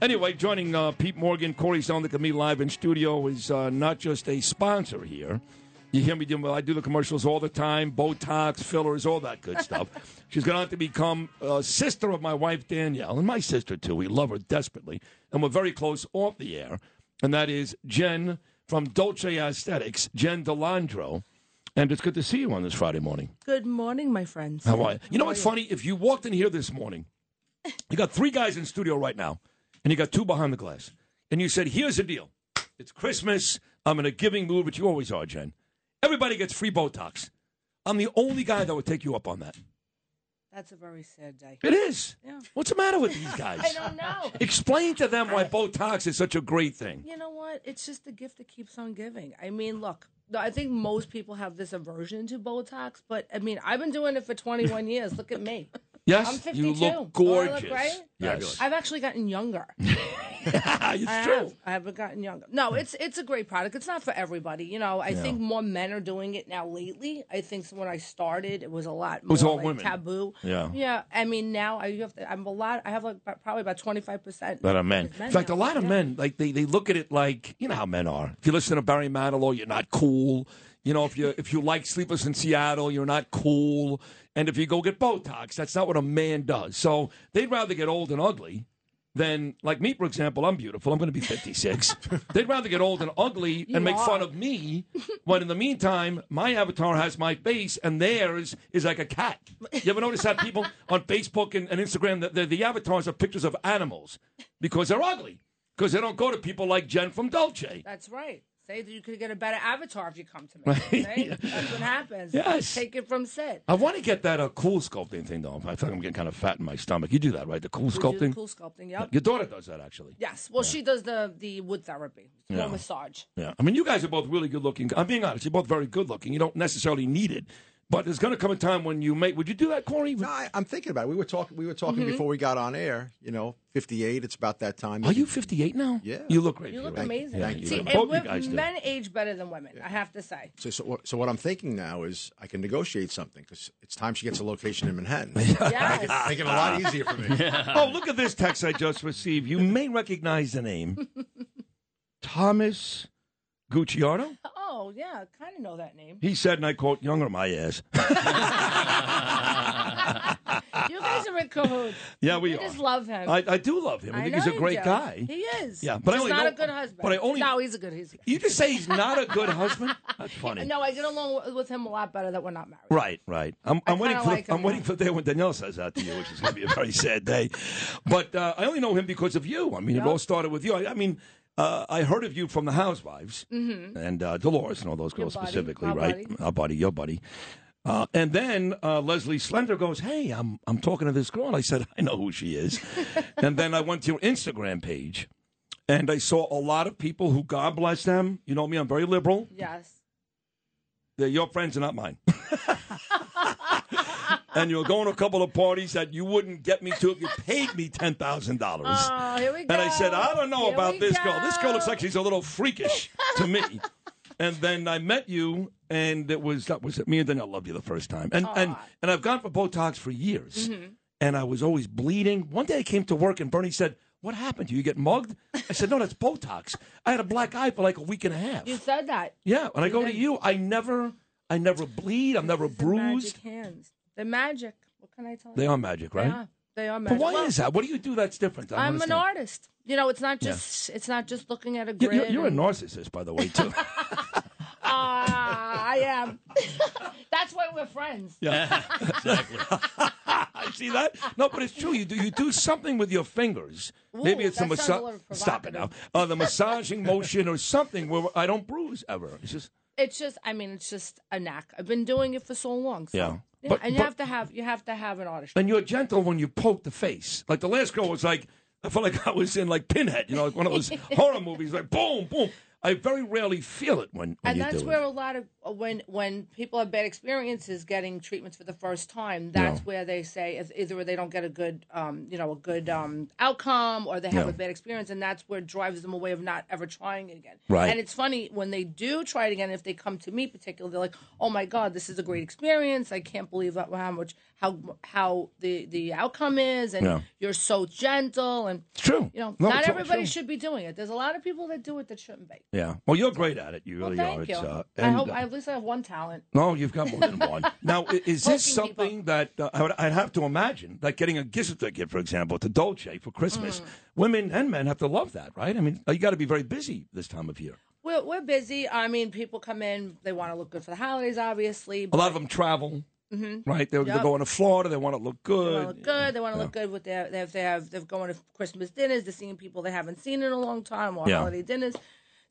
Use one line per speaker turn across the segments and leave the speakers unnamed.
Anyway, joining uh, Pete Morgan, Corey Stone, that can be live in studio is uh, not just a sponsor here. You hear me doing well. I do the commercials all the time, Botox, fillers, all that good stuff. She's going to have to become a sister of my wife Danielle and my sister too. We love her desperately, and we're very close off the air. And that is Jen from Dolce Aesthetics, Jen Delandro. And it's good to see you on this Friday morning.
Good morning, my friends.
How are you? You know what's funny? If you walked in here this morning, you got three guys in studio right now, and you got two behind the glass, and you said, "Here's the deal. It's Christmas. I'm in a giving mood, but you always are, Jen. Everybody gets free Botox. I'm the only guy that would take you up on that.
That's a very sad day.
It is.
Yeah.
What's the matter with these guys?
I don't know.
Explain to them why Botox is such a great thing.
You know what? It's just the gift that keeps on giving. I mean, look, I think most people have this aversion to Botox, but I mean, I've been doing it for 21 years. Look at me.
Yes,
I'm
you
52. Oh, I
look
look
gorgeous.
great?
Yes,
I've actually gotten younger.
it's
I
true. Hmm.
Have. I haven't gotten younger. No, it's it's a great product. It's not for everybody. You know, I think more men are doing it now lately. I think when I started, it was a lot more
was all
like,
women.
taboo.
Yeah.
yeah. I mean, now I have to, I'm a lot. I have like about- probably about twenty five percent
That are men.
men
In fact,
now.
a lot of men like they, they look at it like you know how men are. If you listen to Barry Manilow, you're not cool. You know if you if you like Sleepless in Seattle, you're not cool. And if you go get Botox, that's not what a man does. So they'd rather get old and ugly than like me, for example. I'm beautiful. I'm going to be 56. they'd rather get old and ugly and make fun of me. When in the meantime, my avatar has my face and theirs is like a cat. You ever notice that people on Facebook and, and Instagram that the, the avatars are pictures of animals because they're ugly. Because they don't go to people like Jen from Dolce.
That's right. Say that you could get a better avatar if you come to me. Right? That's what happens.
Yes.
Take it from Sid.
I want to get that uh, cool sculpting thing though. I feel like I'm getting kind of fat in my stomach. You do that, right? The cool
We do the
sculpting.
Cool sculpting. Yep.
Your daughter does that actually.
Yes. Well, she does the the wood therapy, the
Yeah.
massage.
Yeah. I mean, you guys are both really good looking. I'm being honest. You're both very good looking. You don't necessarily need it, but there's going to come a time when you may. Would you do that, Corey?
No, I, I'm thinking about it. We were talking. We were talking before we got on air. You know, 58. It's about that time.
Mm-hmm. Are you 58 now?
Yeah.
You look great.
You look
Peter.
amazing.
Yeah, you do.
See, and
both you
we're-
guys do.
men age better than women. I have to say.
So, so, what- so what I'm thinking now is I can negotiate something because it's time she gets a location in Manhattan.
Yes.
Making it a lot easier for me.
Oh, look at this text I just received. You may recognize the name Thomas Gucciardo.
oh yeah, kind of know that name.
He said, and I quote, younger my ass.
You guys are in cahoots.
Yeah, we
I
are.
just love him.
I, I do love him. I,
I
think
know
he's a
you
great
do.
guy.
He is.
Yeah, but I
he's
only
not
know-
a good husband.
but I only-
no, he's a good. He's a good.
You just say he's not a good husband? That's funny.
No, I get along with- with him a lot better that we're not married.
Right, right. I'm, I'm
kinda
waiting for
like
the,
him
I'm waiting
now.
for the day when Danielle says that to you, which is going to be a very sad day. But uh, I only know him because of you. I mean, it all started with you. I, I mean, uh, I heard of you from the Housewives and uh, Dolores and all those girls
Mm-hmm. buddy,
specifically,
our
right?
buddy.
Our buddy, your buddy. Uh, and then uh, Leslie Slender goes, "Hey, I'm I'm talking to this girl." I said, "I know who she is." and then I went to your Instagram page, and I saw a lot of people who, God bless them, you know me, I'm very liberal.
Yes.
They're your friends and not mine. and you're going to a couple of parties that you wouldn't get me to if you paid me ten thousand dollars.
Oh, here we go.
And I said, I don't know
Here
about
we
this girl. This girl looks
go.
like she's a little freakish to me. And then I met you, and it was that was it. Me and Danielle loved you the first time, and and and I've gone for Botox for years,
Mm-hmm.
and I was always bleeding. One day I came to work, and Bernie said, "What happened? to You You get mugged?" I said, "No, that's Botox. I had a black eye for like a week and a half."
You said that.
Yeah, and I go to you. I never, I never bleed. I'm never
The magic
bruised.
hands. The magic. What can I tell
They
you?
are magic, right?
They are. They are
But
magic.
why
Well,
is that? What do you do that's different? I don't
I'm an
understand.
artist. You know, it's not just it's not just looking at a
You-
grid.
You're, you're a
and-
narcissist, by the way, too.
Ah, I am. That's why we're friends.
See that? No, but it's true. You do you do something with your fingers. Maybe
Ooh,
it's a
that sounds a
massage.
little
Stop it now.
provocative.
Uh, the massaging motion or something where I don't bruise ever. It's just
It's just, I mean, it's just a knack. I've been doing it for so long. So.
Yeah.
yeah
But-
and you
but-
have to have you have to have an artist.
and you're gentle when you poke the face. Like the last girl was like, I felt like I was in like Pinhead, you know, like one of those horror movies, like boom, boom. I very rarely feel it when, when
and
you
that's
do
where
it.
a lot of uh, when when people have bad experiences getting treatments for the first time that's
Yeah.
where they say if either they don't get a good um, you know a good um, outcome or they have
Yeah.
a bad experience and that's where drives them away of not ever trying it again
Right.
and it's funny when they do try it again if they come to me particularly they're like oh my god this is a great experience i can't believe that- how much how how the the outcome is and
Yeah.
you're so gentle and
It's true.
you know
No,
not
it's all
everybody
true.
should be doing it there's a lot of people that do it that shouldn't be
Yeah. Well, you're great at it. You really
well,
are.
thank
It's,
you.
uh,
I
and,
hope
uh,
I at least I have one talent.
No, you've got more than one. now, i- is this
Poking people.
something that uh, I would, I'd have to imagine, like getting a gift certificate, for example, to Dolce for Christmas?
Mm.
Women and men have to love that, right? I mean, you got to be very busy this time of year.
We're, we're busy. I mean, people come in; they want to look good for the holidays, obviously.
A
But
lot of them travel,
Mm-hmm.
right? They're, they're
Yep.
going to Florida. They want to look
they
good.
want to look good. They want to look good with their if they have they're going to Christmas dinners. They're seeing people they haven't seen in a long time or
Yeah.
holiday dinners.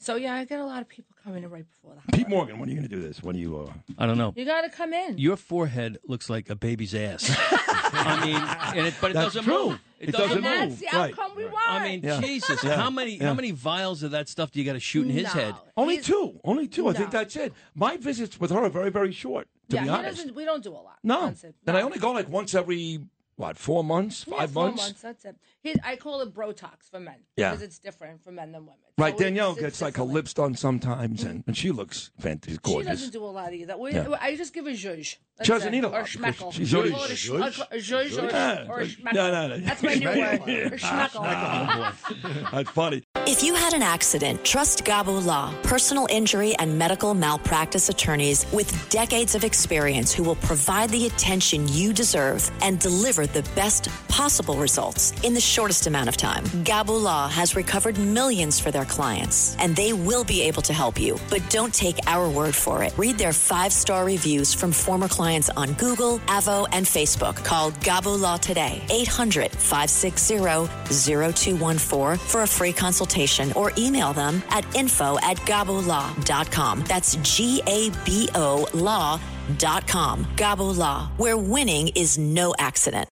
So yeah, I get a lot of people coming in right before the
Pete
holiday.
Morgan, when are you going to do this? When are you? Uh,
I don't know.
You got to come in.
Your forehead looks like a baby's ass. I mean, and it, but it
That's
doesn't
true.
move.
It doesn't
and that's
move,
the
right,
outcome we want.
I mean, Jesus, how many how many vials of that stuff do you got to shoot in his
No.
head?
only
He's-
two. Only two. I think
No.
that's it. My visits with her are very, very short, to
yeah,
be
he
honest.
doesn't- we don't do a lot.
No.
That's it.
And
No.
I only go like once every, what, four months,
Yeah,
five
four
months?
That's it. He, I call it Brotox for men.
Yeah.
because it's different for men than women.
Right,
So it's-
Danielle
it's
gets like her
different.
lips done sometimes, and, and she looks fantastic,
She
gorgeous.
doesn't do a lot either. We,
Yeah.
I just give her zhuzh. That's
She doesn't
it.
eat a
Or
lot because
schmeckle.
she's
I
already-
call it a sh-
Zhuzh?
a zhuzh or,
Yeah,
or
like-
schmeckle.
no, no, no.
That's my new word. Or schmeckle.
That's funny.
If you had an accident, trust Gabo Law, personal injury and medical malpractice attorneys with decades of experience who will provide the attention you deserve and deliver the best possible results in the shortest amount of time. Gabo Law has recovered millions for their clients, and they will be able to help you. But don't take our word for it. Read their five star reviews from former clients on Google, Avo, and Facebook. Call Gabo Law today, 800 560 0214 for a free consultation or email them at info at gabolaw.com. That's G A B O law.com. Gabo Law, where winning is no accident.